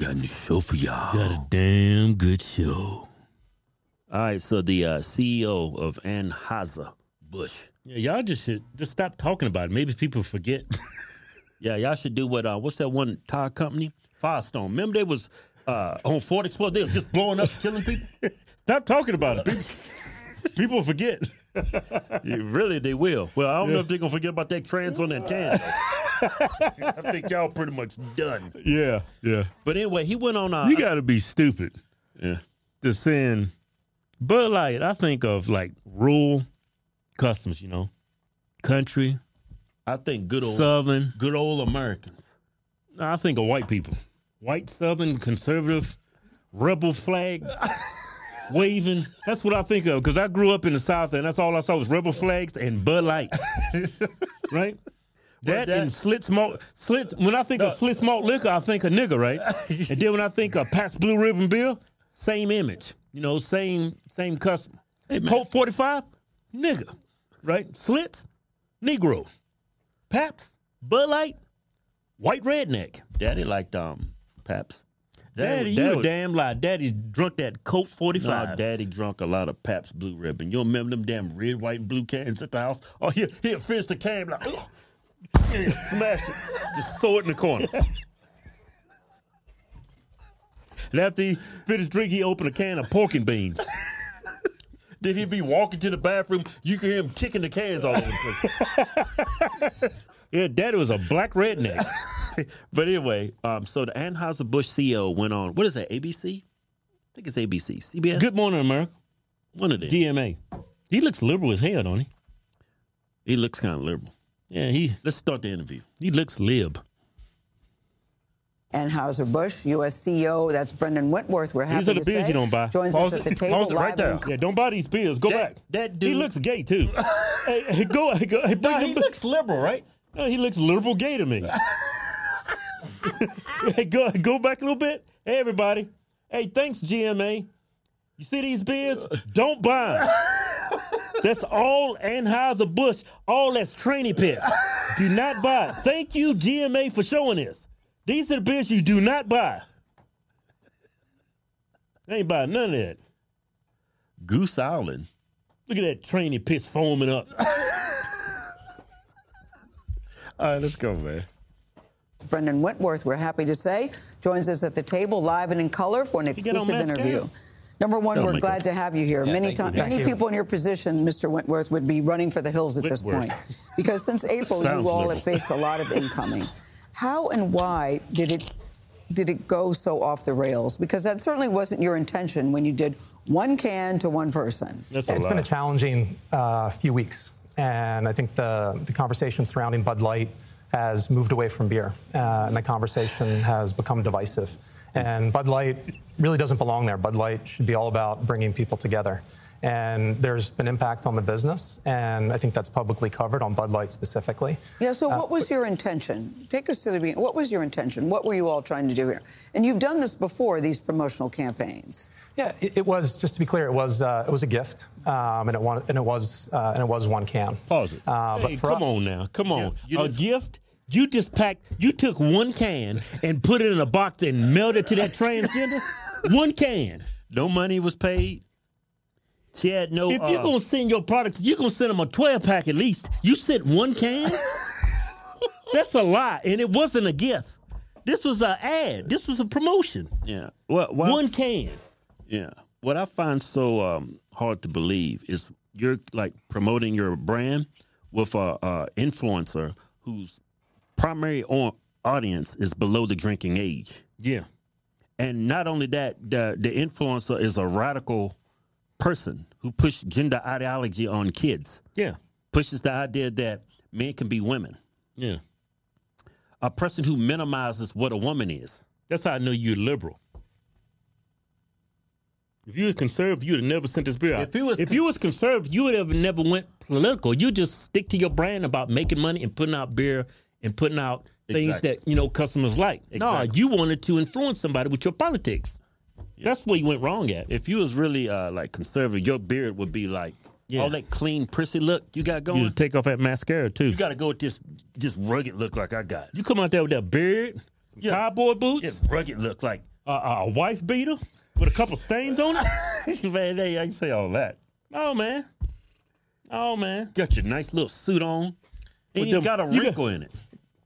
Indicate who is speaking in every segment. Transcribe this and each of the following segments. Speaker 1: nothing to show for y'all.
Speaker 2: Got a damn good show.
Speaker 1: All right, so the uh, CEO of Anheuser Busch.
Speaker 2: Yeah, y'all just should just stop talking about it. Maybe people forget.
Speaker 1: Yeah, y'all should do what? Uh, what's that one tire company? Firestone. Remember they was uh, on Ford Explorer. They was just blowing up, killing people.
Speaker 2: stop talking about it. People, people forget.
Speaker 1: Yeah, really, they will. Well, I don't know if they're gonna forget about that trans on that can. though. I think y'all pretty much done.
Speaker 2: Yeah, yeah.
Speaker 1: But anyway, he went on. Uh,
Speaker 2: You got to be stupid
Speaker 1: yeah.
Speaker 2: to send Bud Light. I think of like rural customers, you know, country,
Speaker 1: I think good old
Speaker 2: southern.
Speaker 1: good old Americans.
Speaker 2: I think of white people, white southern conservative, rebel flag waving. That's what I think of because I grew up in the South and that's all I saw was rebel flags and Bud Light, right? That,
Speaker 1: that-
Speaker 2: and slit smoke, slit. When I think of slit smoke liquor, I think of nigger, right? and then when I think of Pat's Blue Ribbon Bill, same image, you know, same same customer. Colt forty five, nigger, right? Slits, Negro, Paps, Bud Light, white redneck.
Speaker 1: Daddy liked um Paps.
Speaker 2: Daddy, you a damn lie. Daddy drunk that Coke
Speaker 1: Nah,
Speaker 2: 45.
Speaker 1: Daddy drunk a lot of Paps Blue Ribbon. You remember them damn red, white, and blue cans at the house? Oh, he'll, he'll finish the can like, "Ugh." and he'll smash it.
Speaker 2: just throw it in the corner. and after he finished drinking, he opened a can of pork and beans.
Speaker 1: Then he'd be walking to the bathroom. You can hear him kicking the cans all over the place.
Speaker 2: Yeah, Daddy was a black redneck.
Speaker 1: but anyway, um, so the Anheuser-Busch CEO went on, what is that, ABC? I think it's ABC. CBS?
Speaker 2: Good morning, America.
Speaker 1: One of them.
Speaker 2: DMA. He looks liberal as hell, don't he?
Speaker 1: he looks kind of liberal.
Speaker 2: Yeah, he
Speaker 1: Let's start the interview.
Speaker 2: he looks lib.
Speaker 3: Anheuser-Busch, U.S. CEO, E that's Brendan Whitworth. We're happy
Speaker 2: These are the
Speaker 3: to
Speaker 2: beers
Speaker 3: say
Speaker 2: you don't buy.
Speaker 3: joins
Speaker 2: Pause
Speaker 3: us at
Speaker 2: it-
Speaker 3: the table
Speaker 2: pause it right
Speaker 3: live
Speaker 2: there.
Speaker 3: in
Speaker 2: Yeah, don't buy these pills. Go
Speaker 1: That-
Speaker 2: back.
Speaker 1: that
Speaker 2: He
Speaker 1: dude-
Speaker 2: looks gay too. hey, hey, go, hey, go hey, bring them back.
Speaker 1: liberal, right?
Speaker 2: No, Uh, he looks liberal gay to me. hey, go go back a little bit. Hey, everybody. Hey, thanks, GMA. You see these beers? Don't buy 'em. That's all Anheuser Busch. All that's tranny piss. Do not buy. it. Thank you, GMA, for showing this. These are the beers you do not buy. I ain't buying none of that.
Speaker 1: Goose Island.
Speaker 2: Look at that tranny piss foaming up.
Speaker 1: All right, let's go, man.
Speaker 3: Brendan Whitworth, we're happy to say, joins us at the table live and in color for an
Speaker 2: get on
Speaker 3: exclusive
Speaker 2: mass
Speaker 3: interview.
Speaker 2: cam.
Speaker 3: Number one,
Speaker 1: Oh,
Speaker 3: we're
Speaker 1: my
Speaker 3: glad
Speaker 1: God.
Speaker 3: to have you here. many
Speaker 4: thank you.
Speaker 3: times,
Speaker 4: Thank
Speaker 3: many
Speaker 4: you.
Speaker 3: people in your position, Mr. Whitworth, would be running for the hills at
Speaker 2: Whitworth.
Speaker 3: this point, because since April,
Speaker 2: Sounds
Speaker 3: you all
Speaker 2: liberal.
Speaker 3: have faced a lot of incoming. How and why did it did it go so off the rails? Because that certainly wasn't your intention when you did one can to one person.
Speaker 2: That's
Speaker 4: It's
Speaker 2: a
Speaker 4: been a
Speaker 2: lot.
Speaker 4: challenging uh, few weeks, and I think the, the conversation surrounding Bud Light has moved away from beer, uh, and the conversation has become divisive. And Bud Light really doesn't belong there. Bud Light should be all about bringing people together. And there's been impact on the business, and I think that's publicly covered on Bud Light specifically.
Speaker 3: Yeah,
Speaker 2: Uh,
Speaker 3: so what was your intention? Take us to the beginning. What was your intention? What were you all trying to do here? And you've done this before, these promotional campaigns.
Speaker 4: Yeah, it, it was. Just to be clear, it was uh, it was a gift, um, and it won, and it was uh, and it was one can.
Speaker 2: Pause it.
Speaker 4: Uh, but
Speaker 2: Hey,
Speaker 4: for
Speaker 2: come
Speaker 4: us-
Speaker 2: on now, come on.
Speaker 1: you
Speaker 2: a
Speaker 1: didn't-
Speaker 2: gift. You just packed. You took one can and put it in a box and mailed it to that transgender. one can.
Speaker 1: No money was paid. She had no.
Speaker 2: If you're
Speaker 1: uh,
Speaker 2: gonna send your products, you're gonna send them a 12 pack at least. You sent one can. That's a lie, and it wasn't a gift. This was an ad. This was a promotion.
Speaker 1: yeah, what, what,
Speaker 2: One can.
Speaker 1: Yeah. What I find so um, hard to believe is you're like promoting your brand with a, a influencer whose primary on- audience is below the drinking age,
Speaker 2: Yeah.
Speaker 1: and not only that, the the influencer is a radical person who pushed gender ideology on kids,
Speaker 2: Yeah.
Speaker 1: pushes the idea that men can be women,
Speaker 2: Yeah.
Speaker 1: a person who minimizes what a woman is.
Speaker 2: That's how I know you're liberal. If you were conservative, you would have never sent this bill out.
Speaker 1: If you was con-
Speaker 2: you was conservative, you would have never went political. You just stick to your brand about making money and putting out beer and putting out things
Speaker 1: Exactly.
Speaker 2: that you know customers like. No,
Speaker 1: Exactly.
Speaker 2: you wanted to influence somebody with your politics. That's where you went wrong at.
Speaker 1: If you was really uh, like conservative, your beard would be like
Speaker 2: Yeah.
Speaker 1: all that clean, prissy look you got going.
Speaker 2: You take off that mascara too. You,
Speaker 1: You got to go with this this rugged look like I got.
Speaker 2: come out there with that beard, some
Speaker 1: Yeah.
Speaker 2: cowboy boots.
Speaker 1: This rugged look like
Speaker 2: uh, a wife beater with a couple stains on it.
Speaker 1: man, hey, I can say all that.
Speaker 2: Oh man, oh man,
Speaker 1: Got your nice little suit on.
Speaker 2: With
Speaker 1: And you
Speaker 2: them-
Speaker 1: got a
Speaker 2: you got-
Speaker 1: wrinkle in it.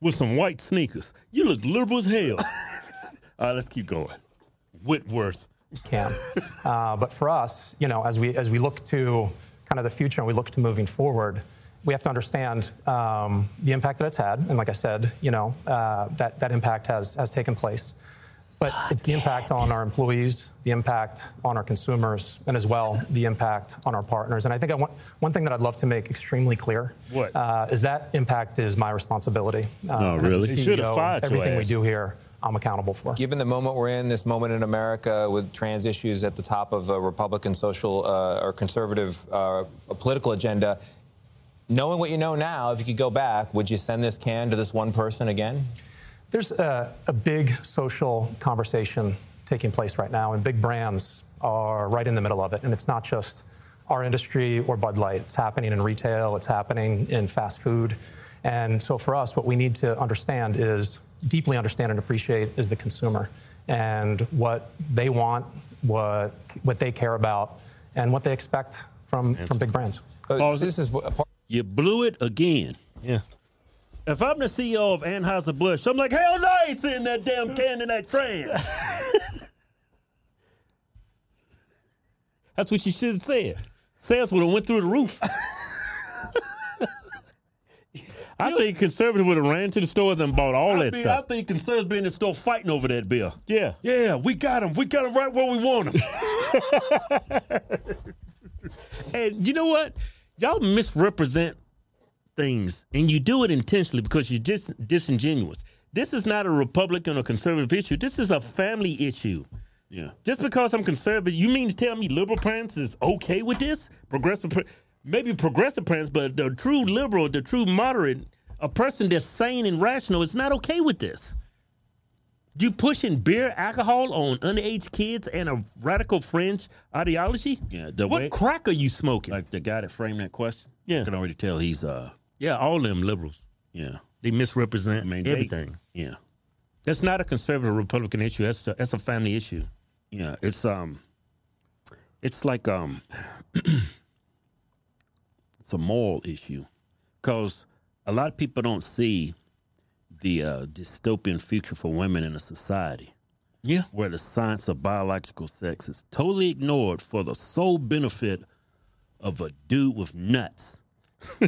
Speaker 2: with some white sneakers. You look liberal as hell.
Speaker 1: All right, let's keep going.
Speaker 2: Whitworth.
Speaker 4: can. Uh, but for us, you know, as we as we look to kind of the future and we look to moving forward, we have to understand um, the impact that it's had. And like I said, you know, uh, that that impact has has taken place. But it's the impact on our employees, the impact on our consumers, and as well the impact on our partners. And I think I want one thing that I'd love to make extremely clear
Speaker 2: What?
Speaker 4: uh, is that impact is my responsibility.
Speaker 1: No,
Speaker 4: Uh, and as the
Speaker 1: really? They
Speaker 2: should have
Speaker 4: CEO,
Speaker 2: fired your
Speaker 4: Everything we
Speaker 2: ass.
Speaker 4: do here, I'm accountable for.
Speaker 5: Given the moment we're in, this moment in America with trans issues at the top of a Republican social uh, or conservative uh, political agenda, knowing what you know now, if you could go back, would you send this can to this one person again?
Speaker 4: There's a, a big social conversation taking place right now, and big brands are right in the middle of it. And it's not just our industry or Bud Light, it's happening in retail, it's happening in fast food. And so for us, what we need to understand is deeply understand and appreciate is the consumer and what they want, what, what they care about, and what they expect from, from big brands.
Speaker 5: Uh,
Speaker 1: Pause
Speaker 5: this is a part
Speaker 1: You blew it again.
Speaker 2: Yeah.
Speaker 1: If I'm the CEO of Anheuser-Busch, I'm like, hell no, I ain't sitting that damn can in that train.
Speaker 2: That's what you should have said. Sales would have went through the roof. I think conservative would have ran to the stores and bought all
Speaker 1: I
Speaker 2: that
Speaker 1: think, I
Speaker 2: stuff.
Speaker 1: think conservatives been in the store fighting over that bill.
Speaker 2: yeah.
Speaker 1: Yeah, we got him. We got him right where we want him.
Speaker 2: And you know what? Y'all misrepresent things, and you do it intentionally because you're just disingenuous. This is not a Republican or conservative issue. This is a family issue.
Speaker 1: yeah.
Speaker 2: Just because I'm conservative, you mean to tell me liberal parents is okay with this? Progressive, par- maybe progressive parents, but the true liberal, the true moderate, a person that's sane and rational is not okay with this. You pushing beer, alcohol on underage kids and a radical fringe ideology?
Speaker 1: Yeah, the
Speaker 2: what
Speaker 1: way-
Speaker 2: crack are you smoking?
Speaker 1: Like the guy that framed that question.
Speaker 2: Yeah.
Speaker 1: I can already tell he's uh
Speaker 2: yeah, all them liberals.
Speaker 1: yeah.
Speaker 2: They misrepresent
Speaker 1: I mean they-
Speaker 2: everything.
Speaker 1: yeah.
Speaker 2: that's not a conservative Republican issue. That's a, that's a family issue.
Speaker 1: Yeah. It's um it's like um it's a moral issue. Cause a lot of people don't see the uh, dystopian future for women in a society.
Speaker 2: Yeah.
Speaker 1: where the science of biological sex is totally ignored for the sole benefit of a dude with nuts,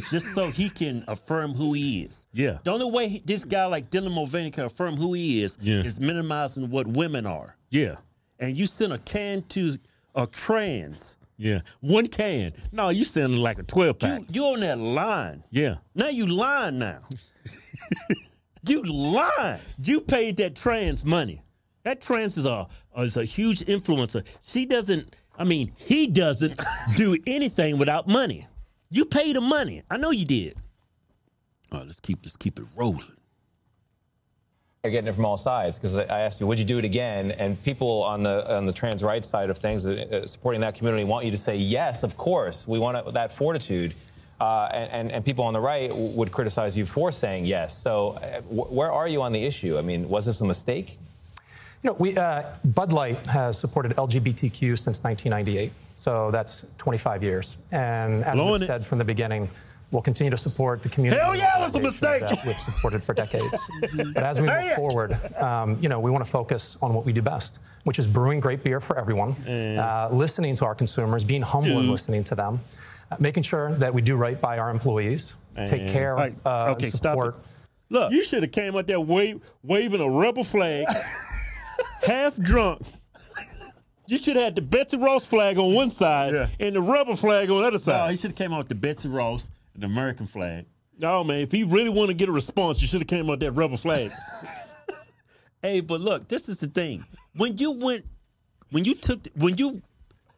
Speaker 1: just so he can affirm who he is.
Speaker 2: Yeah.
Speaker 1: The only way he, this guy like Dylan Mulvaney can affirm who he is
Speaker 2: Yeah.
Speaker 1: is minimizing what women are.
Speaker 2: Yeah.
Speaker 1: And you send a can to a trans,
Speaker 2: Yeah. One can. No, you sounding like a 12 pack.
Speaker 1: you, you on that line.
Speaker 2: yeah.
Speaker 1: Now you lying now. you lying.
Speaker 2: You paid that trans money. That trans is a is a huge influencer. She doesn't. I mean, he doesn't do anything without money. You paid him money. I know you did.
Speaker 1: All right, let's keep let's keep it rolling.
Speaker 5: are getting it from all sides because I I asked you, would you do it again? And people on the on the trans rights side of things, uh, uh, supporting that community, want you to say yes, of course. We want it, that fortitude. Uh, and, and, and people on the right w- would criticize you for saying yes. So, uh, wh- where are you on the issue? I mean, was this a mistake?
Speaker 4: You know, we, uh, Bud Light has supported LGBTQ since 1998, so that's 25 years. And as
Speaker 2: Blowing
Speaker 4: we've
Speaker 2: it.
Speaker 4: said from the beginning, we'll continue to support the community.
Speaker 1: Hell yeah, it was a
Speaker 4: organizations
Speaker 1: mistake.
Speaker 4: That we've supported for decades. but as we
Speaker 1: Say
Speaker 4: move
Speaker 1: it.
Speaker 4: forward, um, you know, we want to focus on what we do best, which is brewing great beer for everyone, uh, listening to our consumers, being humble and listening to them, uh, making sure that we do right by our employees, take care,
Speaker 1: All right,
Speaker 4: uh,
Speaker 1: okay, stop it.
Speaker 4: support.
Speaker 1: Look,
Speaker 2: You should have came out there wave, waving a rebel flag, half drunk. You should have had the Betsy Ross flag on one side
Speaker 1: Yeah.
Speaker 2: and the rebel flag on the other
Speaker 1: No, Uh, he
Speaker 2: side.
Speaker 1: should have came out with the Betsy Ross and the American flag.
Speaker 2: No, man, if he really want to get a response, you should have came out that rebel flag.
Speaker 1: Hey, but look, this is the thing. When you went, when you took, when you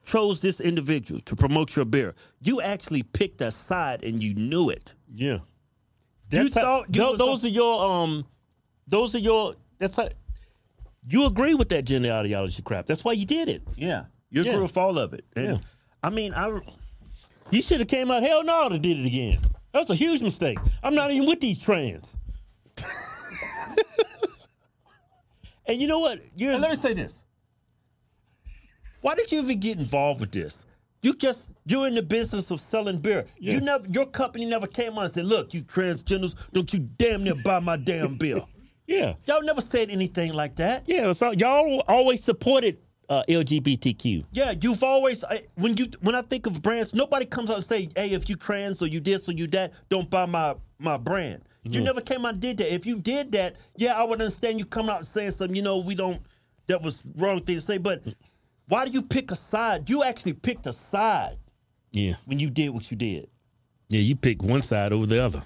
Speaker 1: chose this individual to promote your beer, you actually picked a side and you knew it.
Speaker 2: yeah.
Speaker 1: you
Speaker 2: That's how-
Speaker 1: thought you
Speaker 2: tho-
Speaker 1: was
Speaker 2: those
Speaker 1: a-
Speaker 2: are your um, those are your. That's how you agree with that gender ideology crap. That's why you did it.
Speaker 1: yeah, you
Speaker 2: Yeah.
Speaker 1: grew with all of it. And,
Speaker 2: Yeah.
Speaker 1: I mean, I
Speaker 2: You should have came out. Hell no, they did it again. That's a huge mistake. I'm not even with these trans. And you know what? Years-
Speaker 1: And let me say this. Why did you even get involved with this? You just you're in the business of selling beer. You never your company never came on and said, "Look, you transgenders, don't you damn near buy my damn beer."
Speaker 2: yeah.
Speaker 1: Y'all never said anything like that.
Speaker 2: Yeah, so y'all always supported uh, LGBTQ.
Speaker 1: Yeah, you've always I, when you when I think of brands, nobody comes out and say, "Hey, if you trans or you this or you that, don't buy my my brand."
Speaker 2: Mm-hmm.
Speaker 1: You never came out and did that. If you did that, yeah, I would understand you coming out and saying something. You know, we don't. That was wrong thing to say. But why do you pick a side? You actually picked a side
Speaker 2: Yeah.
Speaker 1: when you did what you did.
Speaker 2: Yeah, you pick one side over the other.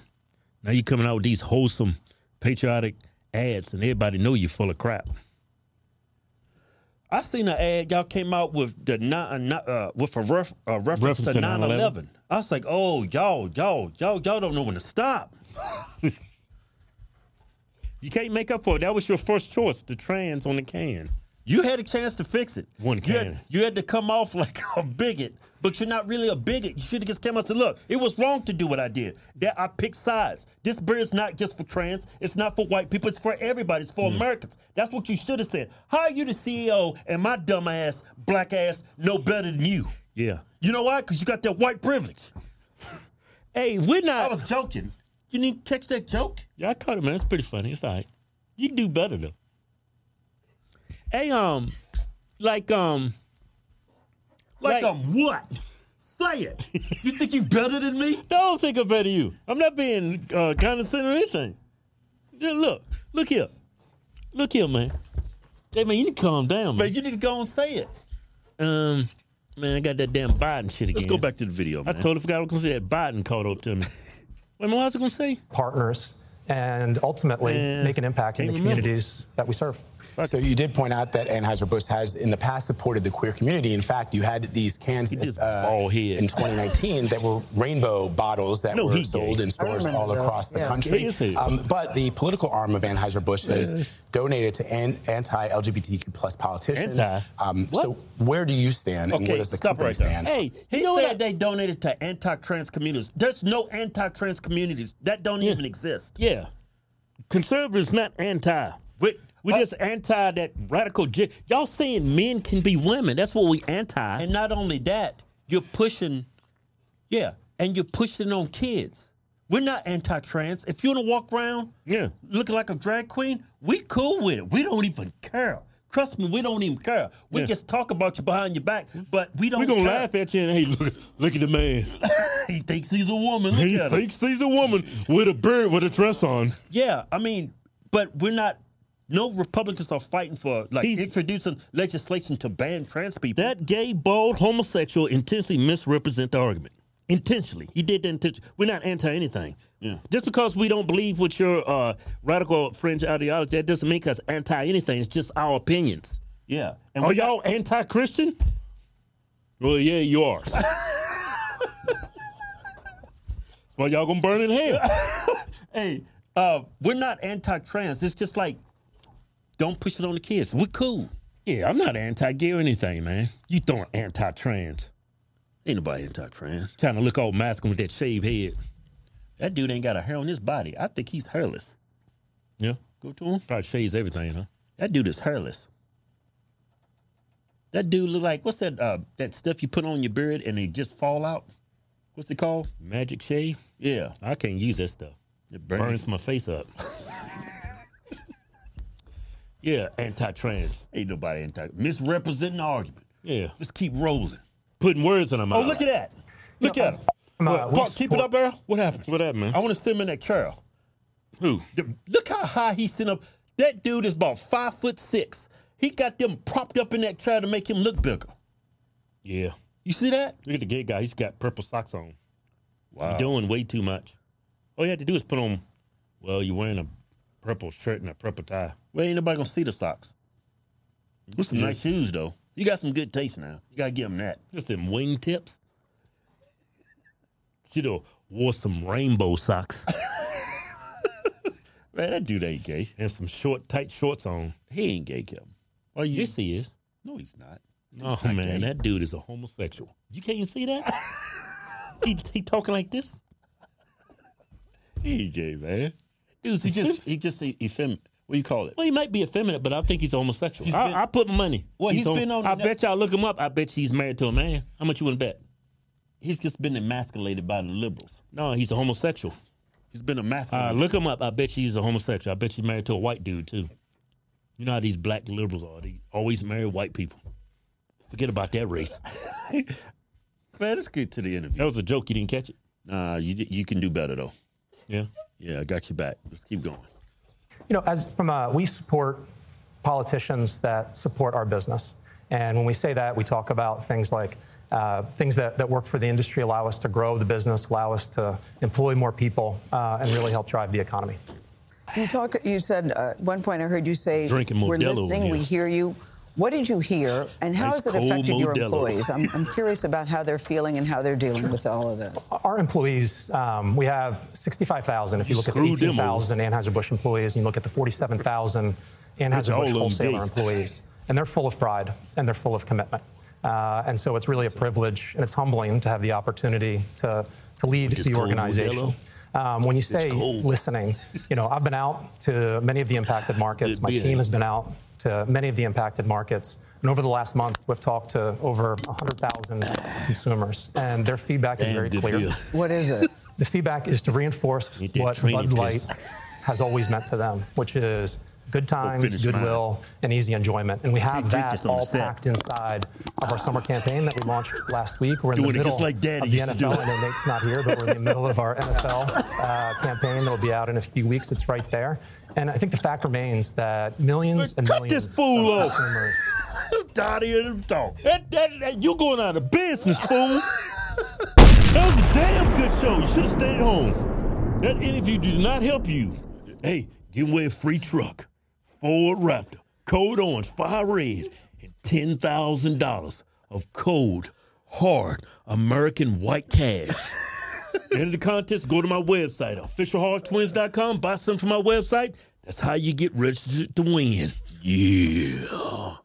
Speaker 2: Now you're coming out with these wholesome, patriotic ads, and everybody know you're full of crap.
Speaker 1: I seen an ad y'all came out with the non, uh, uh, with a, ref, a reference,
Speaker 2: Reference
Speaker 1: to
Speaker 2: to
Speaker 1: 9/11. I was like, oh y'all y'all y'all y'all don't know when to stop.
Speaker 2: You can't make up for it. That was your first choice, the trans on the can.
Speaker 1: You had a chance to fix it.
Speaker 2: One
Speaker 1: You had,
Speaker 2: can.
Speaker 1: you had to come off like a bigot, but you're not really a bigot. You should have just came out and said, look, it was wrong to do what I did. That I picked sides. This beer is not just for trans. It's not for white people. It's for everybody. It's for
Speaker 2: Mm.
Speaker 1: Americans. That's what you should have said. How are you the CEO and my dumb ass, black ass, know better than you?
Speaker 2: Yeah.
Speaker 1: You know why? Because you got that white privilege.
Speaker 2: Hey, we're
Speaker 1: I
Speaker 2: not.
Speaker 1: was joking. You didn't catch that joke?
Speaker 2: yeah, I caught it, man. It's pretty funny. It's all right. You can do better though. Hey, um, like, um,
Speaker 1: Like,
Speaker 2: Like-
Speaker 1: I'm what? Say it. you think you better than me?
Speaker 2: don't think I'm better than you. I'm not being uh, condescending or anything. Yeah, look, look here, look here, man. Hey, man, you need to calm down, man.
Speaker 1: But you need to go and say it.
Speaker 2: Um, man, I got that damn Biden shit again.
Speaker 1: Let's go back to the video,
Speaker 2: I
Speaker 1: man.
Speaker 2: totally forgot I was gonna say that Biden caught up to me. Wait, man, what was I gonna say?
Speaker 4: partners, and ultimately
Speaker 2: Yeah.
Speaker 4: make an impact in the
Speaker 2: Can't remember.
Speaker 4: communities that we serve.
Speaker 6: So you did point out that Anheuser-Busch has in the past supported the queer community. In fact, you had these cans
Speaker 2: just
Speaker 6: uh,
Speaker 2: bald head.
Speaker 6: in 2019 that were rainbow bottles that
Speaker 2: No,
Speaker 6: were
Speaker 2: he
Speaker 6: sold
Speaker 2: gay.
Speaker 6: in stores
Speaker 3: remember
Speaker 6: all
Speaker 3: that.
Speaker 6: across the
Speaker 3: Yeah.
Speaker 6: country.
Speaker 2: He is he.
Speaker 6: Um, but the political arm of Anheuser-Busch has donated to an- anti-LGBTQ plus politicians.
Speaker 2: Anti?
Speaker 6: Um,
Speaker 2: What?
Speaker 6: so where do you stand and
Speaker 1: Okay,
Speaker 6: where does the
Speaker 1: stop
Speaker 6: company
Speaker 1: right there.
Speaker 6: stand?
Speaker 2: Hey,
Speaker 1: He
Speaker 2: you know
Speaker 1: said
Speaker 2: what? I-
Speaker 1: they donated to anti-trans communities. There's no anti-trans communities that don't even exist.
Speaker 2: yeah, conservatives not anti.
Speaker 1: With
Speaker 2: We
Speaker 1: uh,
Speaker 2: just anti that radical. J- Y'all saying men can be women? That's what we anti.
Speaker 1: and not only that, you're pushing, yeah, and you're pushing on kids. We're not anti-trans. If you want to walk around,
Speaker 2: Yeah.
Speaker 1: looking like a drag queen, we cool with it. We don't even care. Trust me, we don't even care. We
Speaker 2: Yeah.
Speaker 1: just talk about you behind your back, but we don't.
Speaker 2: we gonna
Speaker 1: care.
Speaker 2: laugh at you and hey, look, look at the man.
Speaker 1: He thinks he's a woman. Look
Speaker 2: He
Speaker 1: at him.
Speaker 2: thinks he's a woman with a beard with a dress on.
Speaker 1: Yeah, I mean, but we're not. No Republicans are fighting for like
Speaker 2: He's-
Speaker 1: introducing legislation to ban trans people.
Speaker 2: That gay, bold homosexual intentionally misrepresent the argument. Intentionally, he did that intentionally. We're not anti anything.
Speaker 1: Yeah.
Speaker 2: Just because we don't believe with your uh, radical fringe ideology, that doesn't make us anti anything. It's just our opinions.
Speaker 1: yeah, and
Speaker 2: Are
Speaker 1: we got-
Speaker 2: y'all anti Christian? Well, yeah, you are. well, y'all gonna burn in hell.
Speaker 1: Hey, uh, we're not anti-trans. It's just like, don't push it on the kids. We're cool.
Speaker 2: yeah, I'm not anti gay or anything, man. You throwing anti trans,
Speaker 1: Ain't nobody anti-trans.
Speaker 2: trying to look all masculine with that shaved head.
Speaker 1: That dude ain't got a hair on his body. I think he's hairless.
Speaker 2: Yeah,
Speaker 1: Go to him.
Speaker 2: probably shaves everything, huh?
Speaker 1: That dude is hairless. That dude look like what's that? Uh, that stuff you put on your beard and they just fall out. What's it called?
Speaker 2: Magic shave.
Speaker 1: Yeah,
Speaker 2: I can't use that stuff.
Speaker 1: it
Speaker 2: Burns my face up. yeah, anti-trans.
Speaker 1: Ain't nobody anti misrepresenting the argument.
Speaker 2: Yeah,
Speaker 1: Let's keep rolling.
Speaker 2: putting words in our
Speaker 1: Oh,
Speaker 2: mouth.
Speaker 1: look at that. Look at him.
Speaker 4: Um, uh,
Speaker 1: Well,
Speaker 4: we
Speaker 1: Park, keep it
Speaker 4: support-
Speaker 1: up, Earl. What happened?
Speaker 2: What happened, man?
Speaker 1: I want to see him in that curl.
Speaker 2: Who?
Speaker 1: The- Look how high he's sitting up. That dude is about five foot six. He got them propped up in that chair to make him look bigger.
Speaker 2: Yeah,
Speaker 1: You see that?
Speaker 2: look at the gay guy. He's got purple socks on. Wow, You're doing way too much. All you have to do is put on. Well, you're wearing a purple shirt and a purple tie.
Speaker 1: Well, ain't nobody gonna see the socks. With some nice shoes though. You got some good taste now. You gotta give him that.
Speaker 2: Just them wingtips. Should have wore some rainbow socks
Speaker 1: Man, that dude ain't gay.
Speaker 2: and some short, tight shorts on.
Speaker 1: He ain't gay, Kevin.
Speaker 2: Oh, you yes, he is.
Speaker 1: No, he's not.
Speaker 2: Oh man, that dude is a homosexual. You can't even see that. he he talking like this.
Speaker 1: He ain't gay, man.
Speaker 2: Dude,
Speaker 1: He just he just effeminate. What do you call it?
Speaker 2: Well, he might be effeminate, but I think he's homosexual. I,
Speaker 1: been-
Speaker 2: I put my money.
Speaker 1: Well, he's been on
Speaker 2: I
Speaker 1: the-
Speaker 2: bet y'all look him up. I bet he's married to a man. How much you want to bet?
Speaker 1: He's just been emasculated by the liberals.
Speaker 2: No, he's a homosexual.
Speaker 1: He's been
Speaker 2: Uh,
Speaker 1: emasculated.
Speaker 2: look him up. I bet she's a homosexual. I bet she's married to a white dude too. You know how these black liberals are. They always marry white people. Forget about that race.
Speaker 1: man, let's get to the interview.
Speaker 2: That was a joke. You didn't catch it.
Speaker 1: Nah, you di- you can do better though.
Speaker 2: Yeah.
Speaker 1: Yeah, I got you back. Let's keep going.
Speaker 4: You know, as from a, we support politicians that support our business. And when we say that, we talk about things like uh, things that, that work for the industry, allow us to grow the business, allow us to employ more people, uh, and really help drive the economy.
Speaker 3: You talk. You said uh, at one point I heard you say
Speaker 2: Drinking
Speaker 3: we're
Speaker 2: Modelo over
Speaker 3: listening, we
Speaker 2: here."
Speaker 3: hear you. What did you hear, and how
Speaker 2: Nice
Speaker 3: has it
Speaker 2: cold
Speaker 3: affected your
Speaker 2: Modelo.
Speaker 3: employees? I'm, I'm curious about how they're feeling and how they're dealing with all of this.
Speaker 4: Our employees, um, we have 65,000. If you look at the
Speaker 2: Screw them
Speaker 4: 18,000 Anheuser-Busch employees, and you look at the 47,000
Speaker 2: all
Speaker 4: Anheuser-Busch
Speaker 2: them
Speaker 4: wholesaler
Speaker 2: big.
Speaker 4: employees, and they're full of pride and they're full of commitment. Uh, and so it's really a privilege and it's humbling to have the opportunity to, to lead
Speaker 2: Just
Speaker 4: the
Speaker 2: go
Speaker 4: organization. Um, when you say
Speaker 2: cold.
Speaker 4: listening, you know, I've been out to many of the impacted markets. My
Speaker 2: Yeah.
Speaker 4: team has been out to many of the impacted markets. And over the last month, we've talked to over 100,000 consumers, and their feedback is
Speaker 2: Damn
Speaker 4: very
Speaker 2: good
Speaker 4: clear.
Speaker 2: deal.
Speaker 3: What is it?
Speaker 4: The feedback is to reinforce
Speaker 2: You did
Speaker 4: what
Speaker 2: train
Speaker 4: Bud
Speaker 2: it,
Speaker 4: Light
Speaker 2: piss.
Speaker 4: has always meant to them, which is good times,
Speaker 1: finish
Speaker 4: goodwill, and easy enjoyment. And we have
Speaker 1: drink
Speaker 4: that
Speaker 1: this on the
Speaker 4: all
Speaker 1: set.
Speaker 4: packed inside of our summer campaign that we launched last week. We're in
Speaker 2: Doing
Speaker 4: the
Speaker 2: it
Speaker 4: middle
Speaker 2: just like Daddy
Speaker 4: of the
Speaker 2: used to do
Speaker 4: NFL.
Speaker 2: it.
Speaker 4: I know Nate's not here, but we're in the middle of our NFL uh, campaign that will be out in a few weeks. It's right there. And I think the fact remains that millions and
Speaker 2: Cut
Speaker 4: millions
Speaker 2: this fool
Speaker 4: of
Speaker 2: off.
Speaker 4: consumers
Speaker 1: I'm tired of hearing him talk.
Speaker 2: That, that, that- you going out of business, fool. that was a damn good show. You should have stayed home. That interview did not help you. Hey, give away a free truck, Ford Raptor, Code Orange, Fire Red, and ten thousand dollars of cold, hard American white cash. Enter the contest, go to my website, officialhardtwins.com, buy something from my website. That's how you get registered to win. Yeah.